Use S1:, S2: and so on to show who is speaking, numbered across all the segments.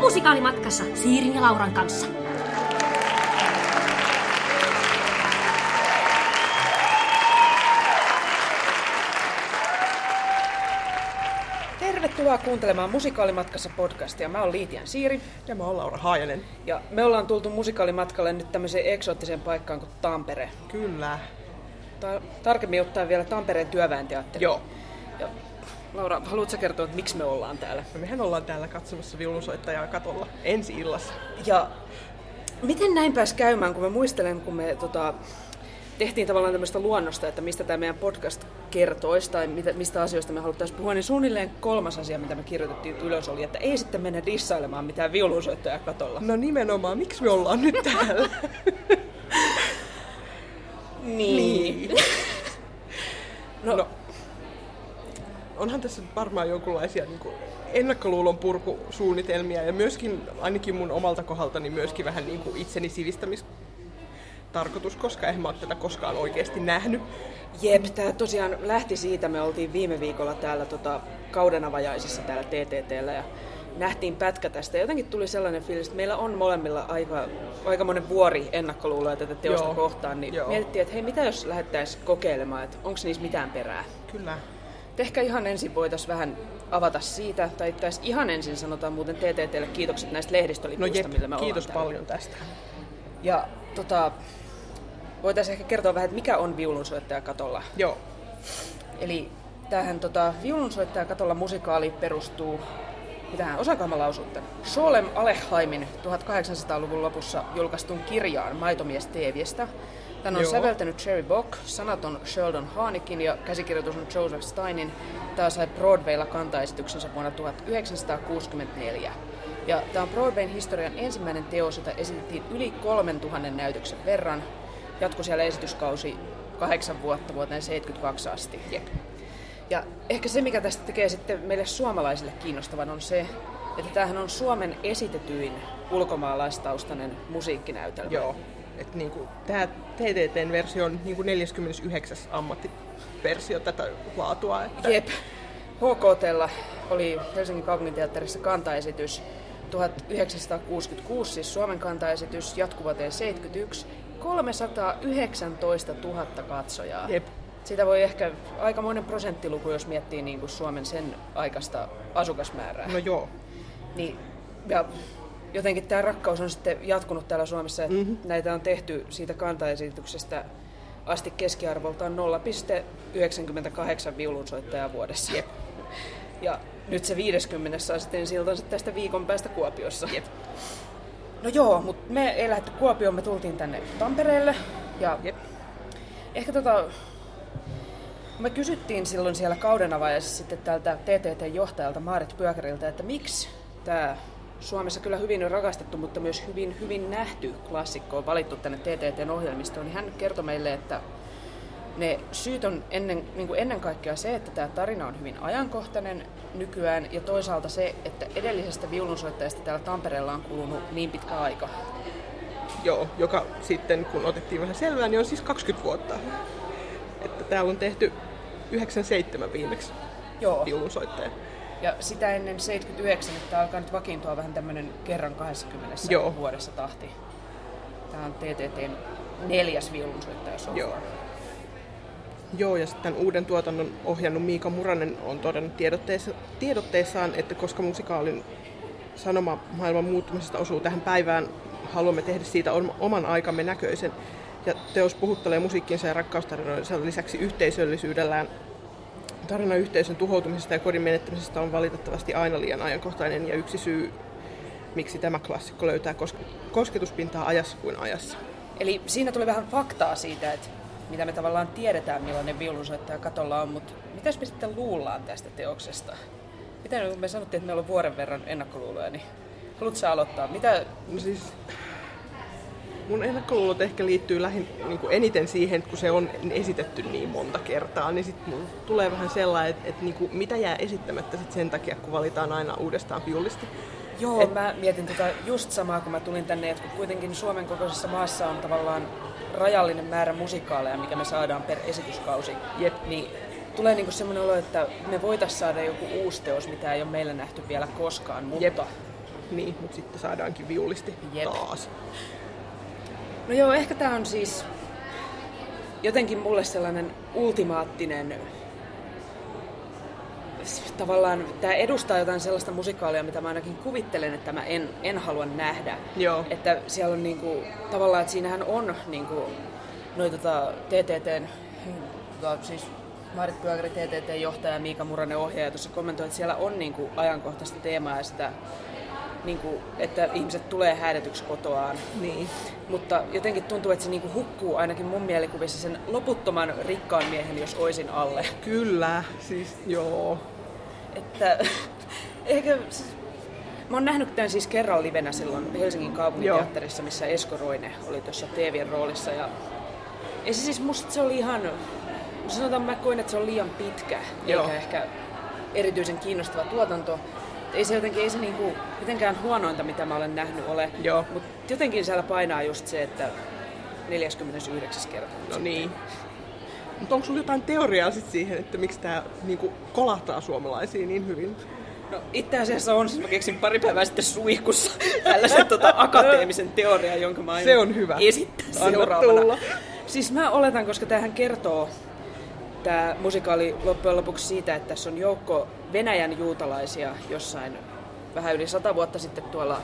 S1: musikaalimatkassa Siirin ja Lauran kanssa.
S2: Tervetuloa kuuntelemaan Musikaalimatkassa podcastia. Mä oon Liitian Siiri.
S3: Ja mä oon Laura Haajanen.
S2: Ja me ollaan tultu musikaalimatkalle nyt tämmöiseen eksoottiseen paikkaan kuin Tampere.
S3: Kyllä.
S2: Ta- tarkemmin ottaen vielä Tampereen työväenteatteri.
S3: Joo.
S2: Ja Laura, haluatko sä kertoa, että miksi me ollaan täällä?
S3: No mehän ollaan täällä katsomassa viulunsoittajaa katolla ensi illassa.
S2: Ja miten näin pääsi käymään, kun mä muistelen, kun me tota, tehtiin tavallaan tämmöistä luonnosta, että mistä tämä meidän podcast kertoisi tai mitä, mistä asioista me haluttaisiin puhua, niin suunnilleen kolmas asia, mitä me kirjoitettiin ylös oli, että ei sitten mennä dissailemaan mitään viulunsoittajaa katolla.
S3: No nimenomaan, miksi me ollaan nyt täällä?
S2: Niin.
S3: No, no. Onhan tässä nyt varmaan jonkinlaisia niin kuin ennakkoluulon purkusuunnitelmia ja myöskin, ainakin mun omalta kohdaltani, myöskin vähän niin kuin itseni sivistämistarkoitus, koska en mä ole tätä koskaan oikeasti nähnyt.
S2: Jep, tämä tosiaan lähti siitä. Me oltiin viime viikolla täällä tota, kaudenavajaisissa täällä TTTllä ja nähtiin pätkä tästä. Ja Jotenkin tuli sellainen fiilis, että meillä on molemmilla aika, aika monen vuori ennakkoluuloja tätä teosta
S3: Joo.
S2: kohtaan. Niin
S3: Joo.
S2: mietittiin, että hei, mitä jos lähdettäisiin kokeilemaan, että onko niissä mitään perää.
S3: Kyllä.
S2: Et Ehkä ihan ensin voitaisiin vähän avata siitä, tai tässä ihan ensin sanotaan muuten TTTlle kiitokset näistä
S3: No
S2: lehdistölipuista,
S3: jep,
S2: millä me ollaan
S3: kiitos
S2: täällä.
S3: paljon tästä.
S2: Ja tota, voitaisiin ehkä kertoa vähän, että mikä on viulunsoittaja katolla.
S3: Joo.
S2: Eli tämähän tota, viulunsoittaja katolla musikaali perustuu, mitähän osaakaan mä lausun tän? Solem Alehaimin 1800-luvun lopussa julkaistun kirjaan Maitomies Teeviestä. Tän on
S3: Joo.
S2: säveltänyt Cherry Bock, sanat on Sheldon Haanikin ja käsikirjoitus on Joseph Steinin. Tämä sai Broadwaylla kantaesityksensä vuonna 1964. Ja tämä on Broadwayn historian ensimmäinen teos, jota esitettiin yli 3000 näytöksen verran. Jatko siellä esityskausi kahdeksan vuotta vuoteen 72 asti. Jep. Ja ehkä se, mikä tästä tekee sitten meille suomalaisille kiinnostavan, on se, että tämähän on Suomen esitetyin ulkomaalaistaustainen musiikkinäytelmä.
S3: Joo. Et niinku, tää TTTn versio on niinku 49. ammattiversio tätä laatua. Että
S2: Jep. HKTlla oli Helsingin kaupunginteatterissa kantaesitys 1966, siis Suomen kantaesitys jatkuvuoteen 71, 319 000 katsojaa.
S3: Jep.
S2: Siitä voi ehkä aikamoinen prosenttiluku, jos miettii niin kuin Suomen sen aikaista asukasmäärää.
S3: No joo.
S2: Niin, ja jotenkin tämä rakkaus on sitten jatkunut täällä Suomessa. Mm-hmm. Näitä on tehty siitä kantaesityksestä asti keskiarvoltaan 0,98 viulunsoittajaa vuodessa. Jep. Ja nyt se 50 saa sitten siltansa tästä viikon päästä Kuopiossa. Jep. No joo, mutta me ei lähdetty Kuopioon, me tultiin tänne Tampereelle. Ja
S3: Jep.
S2: Ehkä tota, me kysyttiin silloin siellä kauden avajaisessa sitten tältä TTT-johtajalta Maarit Pyökäriltä, että miksi tämä Suomessa kyllä hyvin rakastettu, mutta myös hyvin, hyvin nähty klassikko on valittu tänne TTTn ohjelmistoon, niin hän kertoi meille, että ne syyt on ennen, niin kuin ennen kaikkea se, että tämä tarina on hyvin ajankohtainen nykyään ja toisaalta se, että edellisestä viulunsoittajasta täällä Tampereella on kulunut niin pitkä aika.
S3: Joo, joka sitten kun otettiin vähän selvää, niin on siis 20 vuotta. Että täällä on tehty 97 viimeksi
S2: Joo.
S3: viulunsoittaja.
S2: Ja sitä ennen 79, että tämä alkaa nyt vakiintua vähän tämmöinen kerran 20
S3: Joo.
S2: vuodessa tahti. Tämä on TTTn neljäs viulunsoittaja so
S3: Joo.
S2: far.
S3: Joo, ja sitten tämän uuden tuotannon ohjannut Miika Muranen on todennut tiedotteessa, tiedotteessaan, että koska musikaalin sanoma maailman muuttumisesta osuu tähän päivään, haluamme tehdä siitä om- oman aikamme näköisen. Ja teos puhuttelee musiikkinsa ja rakkaustarinoinsa lisäksi yhteisöllisyydellään. Tarina yhteisön tuhoutumisesta ja kodin menettämisestä on valitettavasti aina liian ajankohtainen ja yksi syy, miksi tämä klassikko löytää kos- kosketuspintaa ajassa kuin ajassa.
S2: Eli siinä tuli vähän faktaa siitä, että mitä me tavallaan tiedetään, millainen viulunsoittaja katolla on, mutta mitäs me sitten luullaan tästä teoksesta? Mitä kun me sanottiin, että meillä on vuoden verran ennakkoluuloja, niin haluatko sä aloittaa? Mitä,
S3: No siis, mun ennakkoluulot ehkä liittyy lähin, niin kuin eniten siihen, että kun se on esitetty niin monta kertaa, niin sitten mun tulee vähän sellainen, että, että niin kuin, mitä jää esittämättä sit sen takia, kun valitaan aina uudestaan viulisti.
S2: Joo, Et... mä mietin tota just samaa, kun mä tulin tänne, että kun kuitenkin Suomen kokoisessa maassa on tavallaan rajallinen määrä musikaaleja, mikä me saadaan per esityskausi,
S3: Jep.
S2: niin tulee niinku semmoinen olo, että me voitaisiin saada joku uusi teos, mitä ei ole meillä nähty vielä koskaan, mutta
S3: Jep. Niin, mutta sitten saadaankin viulisti
S2: Jep.
S3: taas.
S2: No joo, ehkä tämä on siis jotenkin mulle sellainen ultimaattinen s- tavallaan tämä edustaa jotain sellaista musikaalia, mitä mä ainakin kuvittelen, että mä en, en halua nähdä.
S3: Joo.
S2: Että siellä on niinku, tavallaan, että siinähän on niinku, noita tota, TTTn, tota, siis Marit Pyökri, TTTn johtaja Miika Muranen ohjaaja tuossa kommentoi, että siellä on niinku ajankohtaista teemaa ja sitä, niinku, että ihmiset tulee häädetyksi kotoaan.
S3: Niin.
S2: Mutta jotenkin tuntuu, että se niinku hukkuu ainakin mun mielikuvissa sen loputtoman rikkaan miehen, jos oisin alle.
S3: Kyllä, siis joo.
S2: Että ehkä... Siis, mä oon nähnyt tämän siis kerran livenä silloin Helsingin kaupunginteatterissa, missä Esko Roine oli tuossa Teevien roolissa. Ja, ja se siis musta se oli ihan... Sanotaan mä koin, että se on liian pitkä,
S3: Joo.
S2: eikä ehkä erityisen kiinnostava tuotanto. Ei se jotenkin, ei se niinku mitenkään huonointa, mitä mä olen nähnyt ole.
S3: Joo.
S2: Mutta jotenkin siellä painaa just se, että 49. kerta.
S3: No niin. Mutta onko sulla jotain teoriaa sit siihen, että miksi tämä niinku kolahtaa suomalaisiin niin hyvin?
S2: No itse asiassa on, siis mä keksin pari päivää sitten suihkussa tällaisen tota, akateemisen teorian, jonka mä aion
S3: Se on hyvä.
S2: esittää
S3: Anna
S2: seuraavana.
S3: tulla.
S2: Siis mä oletan, koska tähän kertoo tämä musikaali loppujen lopuksi siitä, että tässä on joukko Venäjän juutalaisia jossain vähän yli sata vuotta sitten tuolla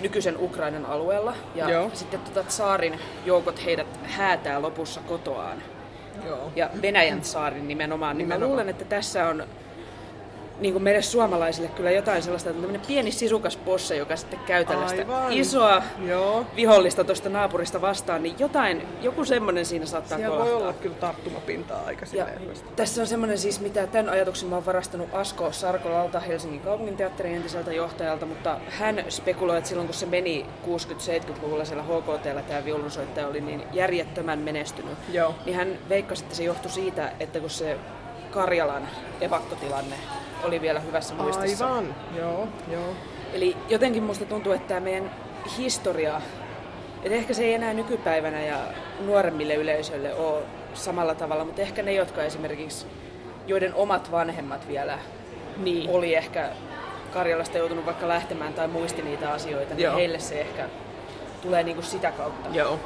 S2: nykyisen Ukrainan alueella. Ja
S3: Joo.
S2: sitten tota tsaarin joukot heidät häätää lopussa kotoaan
S3: Joo.
S2: ja Venäjän saarin nimenomaan, niin
S3: Nimenomaan.
S2: mä luulen, että tässä on niin kuin meille suomalaisille kyllä jotain sellaista, että tämmöinen pieni sisukas posse, joka sitten käy tällaista
S3: Aivan.
S2: isoa
S3: Joo.
S2: vihollista tuosta naapurista vastaan, niin jotain, joku semmoinen siinä saattaa
S3: Siellä voi
S2: kolahtaa.
S3: olla kyllä tarttumapintaa aika
S2: Ja
S3: silleen hyvästi.
S2: tässä on semmoinen siis, mitä tämän ajatuksen mä oon varastanut Asko Sarkolalta, Helsingin kaupunginteatterin entiseltä johtajalta, mutta hän spekuloi, että silloin kun se meni 60-70-luvulla siellä HKTllä tämä viulunsoittaja oli niin järjettömän menestynyt,
S3: Joo.
S2: niin hän veikkasi, että se johtui siitä, että kun se Karjalan evakkotilanne oli vielä hyvässä muistissa.
S3: Aivan, joo, joo.
S2: Eli jotenkin musta tuntuu, että tämä meidän historia, että ehkä se ei enää nykypäivänä ja nuoremmille yleisöille ole samalla tavalla, mutta ehkä ne, jotka esimerkiksi, joiden omat vanhemmat vielä
S3: Niin.
S2: oli ehkä Karjalasta joutunut vaikka lähtemään tai muisti niitä asioita, niin
S3: Joo.
S2: heille se ehkä tulee niinku sitä kautta.
S3: Joo.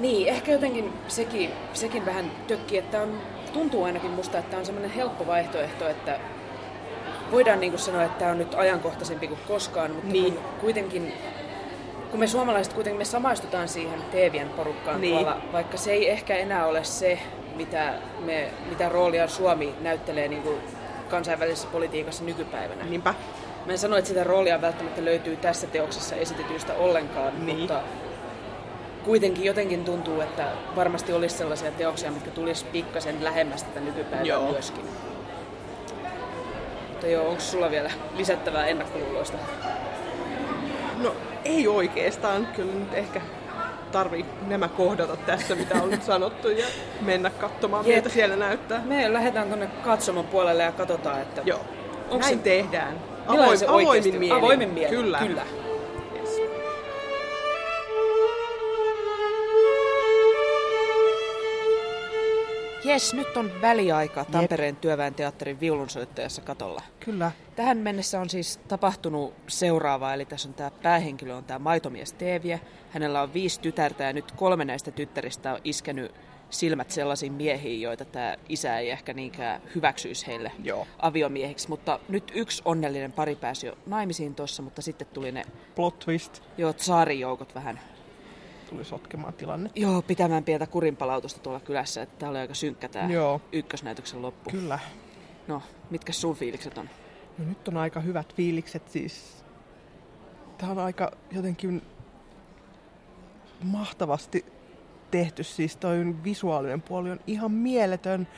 S2: Niin, ehkä jotenkin sekin, sekin vähän tökkii, että on, tuntuu ainakin musta, että on semmoinen helppo vaihtoehto, että voidaan niin sanoa, että tämä on nyt ajankohtaisempi kuin koskaan, mutta
S3: Niin.
S2: niin. kun kuitenkin kun me suomalaiset kuitenkin me samaistutaan siihen Teevien porukkaan
S3: Niin.
S2: niin. tuolla, vaikka se ei ehkä enää ole se, mitä, me, mitä roolia Suomi näyttelee niin kuin kansainvälisessä politiikassa nykypäivänä.
S3: Niinpä.
S2: Mä en sano, että sitä roolia välttämättä löytyy tässä teoksessa esitetyistä ollenkaan,
S3: Niin.
S2: niin. mutta kuitenkin jotenkin tuntuu, että varmasti olisi sellaisia teoksia, mitkä tulisi pikkasen lähemmäs tätä nykypäivää
S3: Joo.
S2: joo. myöskin. Mutta joo, onko sulla vielä lisättävää ennakkoluuloista?
S3: No ei oikeastaan, kyllä nyt ehkä tarvii nämä kohdata tässä, mitä on nyt sanottu ja mennä katsomaan,
S2: Jep.
S3: miltä siellä näyttää.
S2: Me lähdetään tuonne katsomon puolelle ja katsotaan, että
S3: Joo,
S2: Onks
S3: näin
S2: se-
S3: tehdään.
S2: millainen se
S3: avoimin
S2: oikeasti-
S3: mielin.
S2: Avoimin mielin.
S3: Kyllä.
S2: Kyllä.
S3: Yes.
S2: Jes, nyt on väliaika Tampereen työväen teatterin viulunsoittajassa katolla.
S3: Kyllä.
S2: Tähän mennessä on siis tapahtunut seuraavaa, eli tässä on tämä päähenkilö on tämä maitomies Teeviä. Hänellä on viisi tytärtä ja nyt kolme näistä tyttäristä on iskenyt silmät sellaisiin miehiin, joita tämä isä ei ehkä niinkään hyväksyisi heille
S3: Joo.
S2: aviomiehiksi. Mutta nyt yksi onnellinen pari pääsi jo naimisiin tuossa, mutta sitten tuli ne
S3: Plot twist.
S2: jo tsaarijoukot vähän
S3: Tuli sotkemaan tilanne.
S2: joo, pitämään pientä kurinpalautusta tuolla kylässä. Että tämä oli aika synkkä tämä
S3: Joo.
S2: ykkösnäytöksen loppu.
S3: Kyllä.
S2: No, mitkä sun fiilikset on?
S3: No nyt on aika hyvät fiilikset siis. Tämä on aika jotenkin mahtavasti tehty. Siis toi visuaalinen puoli on ihan mieletön.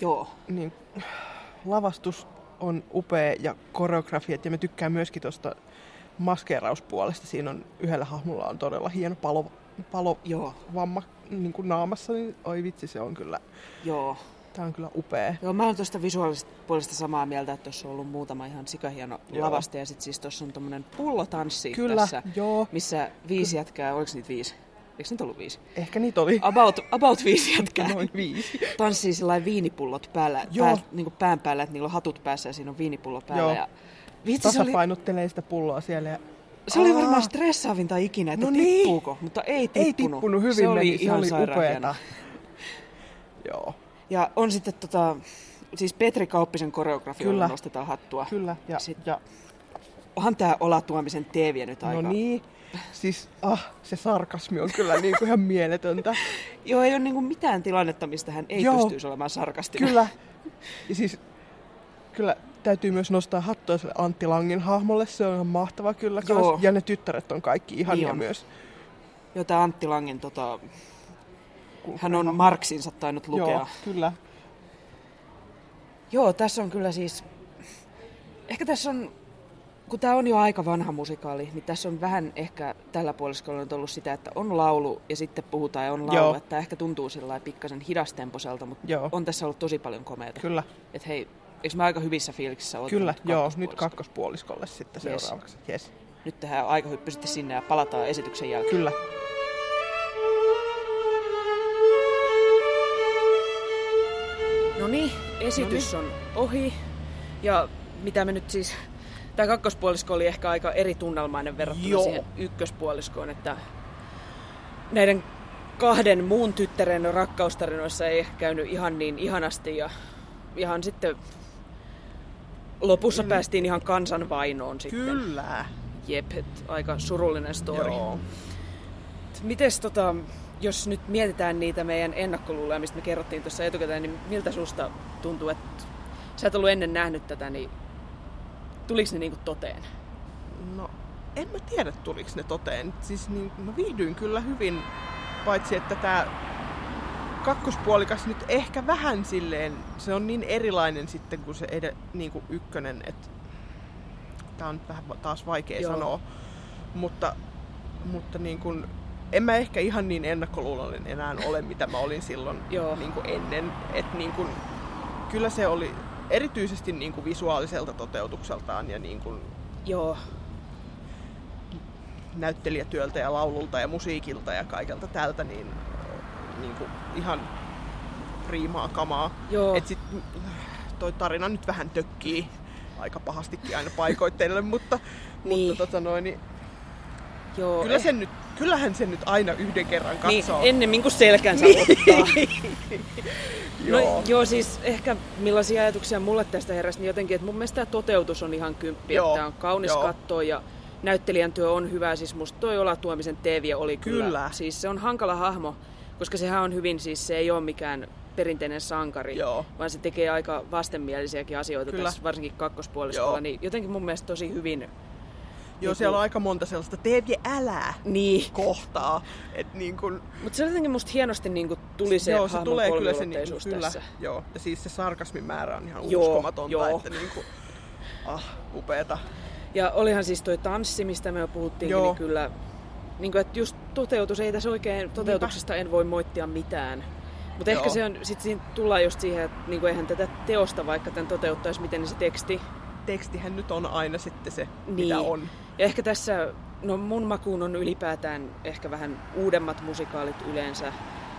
S2: Joo.
S3: Niin, lavastus on upea ja koreografiat ja mä tykkään myöskin tuosta maskeerauspuolesta. Siinä on yhdellä hahmolla on todella hieno palo, palo
S2: Joo.
S3: vamma niin kuin naamassa, niin oi vitsi se on kyllä,
S2: Joo.
S3: tää on kyllä upea.
S2: Joo, mä oon tuosta visuaalisesta puolesta samaa mieltä, että tuossa on ollut muutama ihan sikahieno
S3: Joo.
S2: lavaste. Ja sitten siis tuossa on tommonen pullotanssi
S3: Kyllä,
S2: tässä,
S3: joo.
S2: missä viisi jätkää, oliko niitä viisi? Eikö niitä ollut viisi?
S3: Ehkä niitä oli
S2: About, about viisi jätkää.
S3: noin viisi.
S2: Tanssii sillä viinipullot päällä,
S3: Joo.
S2: pää, niin
S4: niinku
S2: kuin pään päällä, että niillä on hatut päässä ja siinä on viinipullo päällä.
S3: Joo.
S2: Ja... Vitsi, se oli,
S3: Tasapainottelee sitä pulloa siellä ja
S4: Se oli
S3: Aa.
S4: varmaan stressaavinta ikinä, että
S3: No
S4: no
S3: niin.
S4: tippuuko, mutta ei tippunut.
S3: Ei tippunut hyvin,
S4: se oli
S3: meni, se
S4: ihan
S3: oli
S4: sairaan hieno.
S3: upeeta. Joo,
S4: Ja on sitten tota, siis Petri Kauppisen koreografiolla
S3: Kyllä.
S4: nostetaan hattua.
S3: kyllä. Ja,
S4: Sit-
S3: ja,
S4: Onhan tää olatuomisen teeviä nyt aika.
S3: no niin, siis ah, se sarkasmi on kyllä niin kuin ihan mieletöntä.
S4: Joo, ei ole niinku mitään tilannetta, mistä hän ei
S3: Joo.
S4: pystyisi olemaan sarkastinen.
S3: Kyllä. Ja siis, kyllä täytyy myös nostaa hattua sille Antti Langin hahmolle. Se on ihan mahtava kyllä
S4: Joo.
S3: kans. Ja ne tyttäret on kaikki ihania
S4: Niin
S3: niin
S4: on.
S3: myös.
S4: Joo, tää Antti Langen, tota, hän on
S3: Ihan-
S4: Marksinsa tainnut lukea.
S3: Joo,
S4: Joo.
S3: kyllä.
S4: Joo, tässä on kyllä siis... Ehkä tässä on, kun tämä on jo aika vanha musikaali, niin tässä on vähän ehkä tällä puoliskolla nyt ollut sitä, että on laulu ja sitten puhutaan ja on laulu.
S3: Joo.
S4: Joo. Että tää ehkä tuntuu sillä pikkasen hidastemposelta, mutta
S3: Joo.
S4: on tässä ollut tosi paljon komeita.
S3: Kyllä,
S4: Että hei, eikö mä aika hyvissä fiiliksissä ole?
S3: kyllä.
S4: nyt
S3: Joo, nyt
S4: kakkospuoliskolla?
S3: kakkospuoliskolle sitten
S4: Yes.
S3: seuraavaksi. Yes.
S4: Nyt tehdään aikahyppy sitten sinne ja palataan esityksen jälkeen.
S3: Kyllä.
S2: No niin, esitys
S3: No
S2: on ohi. Ja mitä me nyt siis... Tämä kakkospuolisko oli ehkä aika eri tunnelmainen verrattuna
S3: Joo.
S2: siihen ykköspuoliskoon, että näiden kahden muun tyttären rakkaustarinoissa ei ehkä käynyt ihan niin ihanasti ja ihan sitten lopussa päästiin ihan kansanvainoon sitten.
S3: Mm. Kyllä.
S2: Jep, et aika surullinen story.
S3: Joo.
S2: Mites tota, jos nyt mietitään niitä meidän ennakkoluuloja, mistä me kerrottiin tuossa etukäteen, niin miltä susta tuntuu, että sä et ollut ennen nähnyt tätä, niin tuliko ne niinku toteen?
S3: No, en mä tiedä tuliko ne toteen. Siis niin, mä viihdyin kyllä hyvin, paitsi että tämä kakkospuolikas nyt ehkä vähän silleen, se on niin erilainen sitten kuin se ed- niin kuin ykkönen, että tää on vähän va- taas vaikea
S2: Joo.
S3: Joo. sanoa. Mutta, mutta niin kuin, en mä ehkä ihan niin ennakkoluulollinen enää ole, mitä mä olin silloin
S2: Joo.
S3: niin kuin ennen. Et niin kuin, kyllä se oli erityisesti niin kuin visuaaliselta toteutukseltaan ja niin kuin
S2: Joo,
S3: näyttelijätyöltä ja laululta ja musiikilta ja kaikelta tältä, niin, niin kuin ihan priimaa kamaa.
S2: joo.
S3: Et sit, mm, toi tarina nyt vähän tökkii aika pahastikin aina paikoitteille, mutta, niin.
S2: Niin.
S3: mutta tota noin, niin
S2: joo
S3: kyllä
S2: eh-
S3: sen nyt, kyllähän sen nyt aina yhden kerran
S2: niin,
S3: katsoo.
S2: ennemmin kuin selkänsä ottaa.
S3: Joo.
S2: No, joo, siis ehkä millaisia ajatuksia mulle tästä heräsi, niin jotenkin, että mun mielestä tämä toteutus on ihan kymppi,
S3: Joo,
S2: että tää on kaunis
S3: joo.
S2: katto ja näyttelijän työ on hyvä. Siis musta toi Olatuomisen teeviä oli kyllä.
S3: Kyllä.
S2: Siis se on hankala hahmo, koska sehän on hyvin, siis se ei ole mikään perinteinen sankari,
S3: Joo.
S2: vaan se tekee aika vastenmielisiäkin asioita
S3: Kyllä.
S2: kyllä. tässä, varsinkin kakkospuoliskolla,
S3: Joo.
S2: niin jotenkin mun mielestä tosi hyvin.
S3: Joo,
S2: niinku-
S3: siellä on aika monta sellaista teeviä älää
S2: Niin,
S3: kohtaa. Et niin kun,
S2: mutta se jotenkin musta hienosti niin tuli se
S3: joo, se
S2: hahmon
S3: tulee kyllä se niin,
S2: kolmiulotteisuus
S3: kyllä,
S2: tässä.
S3: joo. Ja siis se sarkasmin määrä on ihan
S2: Joo,
S3: uskomatonta,
S2: joo.
S3: että niin kun, ah, upeeta.
S2: Ja olihan siis toi tanssi, mistä me jo puhuttiin,
S3: Joo.
S2: niin kyllä, niin kuin, että just toteutus, ei tässä oikein, toteutuksesta en voi moittia mitään. Mutta
S3: Joo.
S2: ehkä se on, sit siinä tullaan just siihen, että niin kuin, eihän tätä teosta, vaikka tämän toteuttaisi, miten niin se teksti.
S3: tekstihän nyt on aina sitten se, niin.
S2: Niin.
S3: mitä on.
S2: Ja ehkä tässä, no mun makuun on ylipäätään ehkä vähän uudemmat musikaalit yleensä.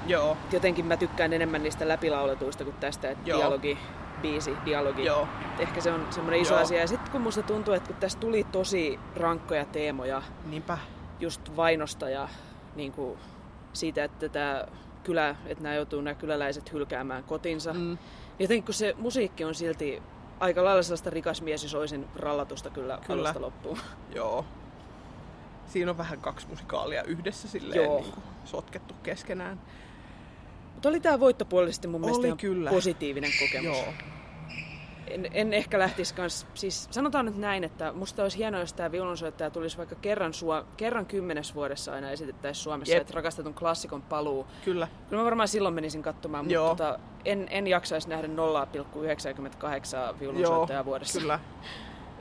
S3: Joo,
S2: Jotenkin mä tykkään enemmän niistä läpilauletuista kuin tästä, että
S3: Joo.
S2: dialogi, biisi, dialogi.
S3: joo,
S2: Ehkä se on semmoinen iso
S3: Joo.
S2: asia. Ja sitten kun musta tuntuu, että kun tässä tuli tosi rankkoja teemoja,
S3: niinpä.
S2: just vainosta ja niin kuin siitä, että tämä kylä, että nämä joutuu nämä kyläläiset hylkäämään kotinsa. Mm.
S3: Mm.
S2: Jotenkin kun se musiikki on silti aika lailla sellaista rikas mies, jos olisin rallatusta kyllä,
S3: Kyllä.
S2: kyllä. alusta loppuun.
S3: Joo. Siinä on vähän kaksi musikaalia yhdessä silleen
S2: Joo.
S3: niin kuin, sotkettu keskenään.
S2: Mutta oli tämä voittopuolisesti mun mielestä
S3: Oli
S2: ihan
S3: kyllä.
S2: positiivinen kokemus.
S3: Joo.
S2: En, en, ehkä lähtisi kans, siis sanotaan nyt näin, että musta olisi hienoa, jos tämä viulunsoittaja tulisi vaikka kerran, sua, kerran kymmenes vuodessa aina esitettäisiin Suomessa,
S3: Jep.
S2: että rakastetun klassikon paluu.
S3: Kyllä.
S2: Kyllä mä varmaan silloin menisin katsomaan, mutta
S3: Joo.
S2: tota, en, en jaksaisi nähdä 0,98
S3: Joo,
S2: viulunsoittajaa vuodessa.
S3: kyllä.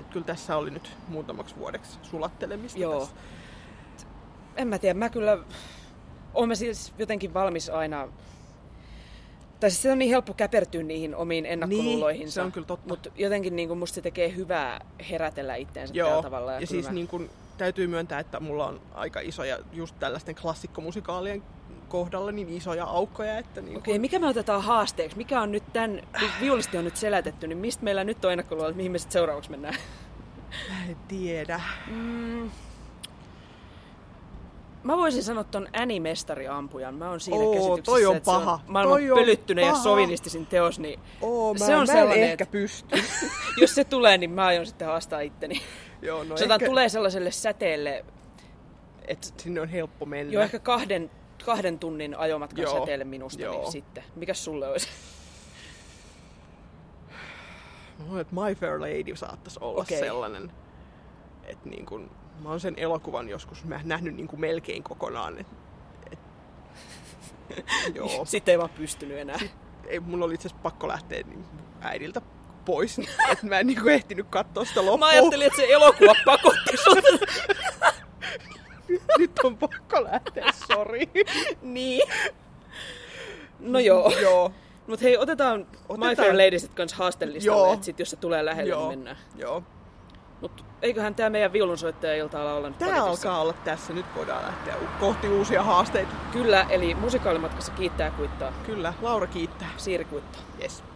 S3: Et kyllä tässä oli nyt muutamaksi vuodeksi sulattelemista
S2: Joo.
S3: tässä.
S2: En mä tiedä, mä kyllä... Oon mä siis jotenkin valmis aina... Tai siis se on niin helppo käpertyä niihin omiin ennakkoluuloihinsa.
S3: Niin, se on kyllä totta.
S2: Mutta jotenkin niin musta se tekee hyvää herätellä itteensä
S3: Joo.
S2: tällä tavalla.
S3: Ja, ja
S2: kyllä
S3: siis
S2: mä...
S3: niin kuin, täytyy myöntää, että mulla on aika isoja, just tällaisten klassikkomusikaalien kohdalla niin isoja aukkoja, että niin
S2: Okei, mikä me otetaan haasteeksi? Mikä on nyt tämän, kun viulisti on nyt selätetty, niin mistä meillä nyt on ennakkoluulot, mihin me sitten seuraavaksi mennään?
S3: mä en tiedä.
S2: Mm, Mä voisin sanoa ton Annie-mestariampujan. Mä oon siinä
S3: Oo,
S2: käsityksessä,
S3: toi on
S2: että se
S3: paha.
S2: on maailman
S3: Toi on
S2: pölyttynyt ja
S3: paha.
S2: sovinistisin teos, niin
S3: Oo, mä,
S2: se on
S3: mä en
S2: sellainen,
S3: ehkä
S2: että
S3: pysty.
S2: jos se tulee, niin mä aion sitten haastaa itteni.
S3: Joo, no
S2: No Sotaan
S3: ehkä
S2: tulee sellaiselle säteelle, että
S3: sinne on helppo mennä.
S2: jo ehkä kahden, kahden tunnin ajomatkan
S3: Joo.
S2: säteelle minusta,
S3: Joo.
S2: niin sitten. Mikäs sulle olisi?
S3: Mä luulen, että My Fair Lady saattaisi olla okay.
S2: Okei.
S3: sellainen, että niin kun, mä oon sen elokuvan joskus mä nähnyt niin kun melkein kokonaan. Et, et, joo.
S2: Sitten ei vaan pystynyt enää.
S3: Ei, mulla oli itse asiassa pakko lähteä niin äidiltä pois, että mä en niin kuin ehtinyt katsoa sitä loppuun.
S2: Mä ajattelin, että se elokuva pakotti sut.
S3: Nyt on pakko lähteä, sori.
S2: niin. No joo.
S3: joo.
S2: Mut hei, otetaan, otetaan. My
S3: Otetaan.
S2: Fair Ladies kanssa haastelistalle,
S3: Joo.
S2: että sit jos se tulee lähelle,
S3: joo.
S2: niin mennään.
S3: Joo.
S2: Mut eiköhän tää meidän viulunsoittaja ilta ala olla nyt
S3: Tää
S2: paketissa.
S3: alkaa olla tässä. Nyt voidaan lähteä u- kohti uusia haasteita.
S2: Kyllä, eli musikaalimatkassa kiittää kuittaa,
S3: Kyllä, Laura kiittää.
S2: Siiri kuittaa.
S3: Yes.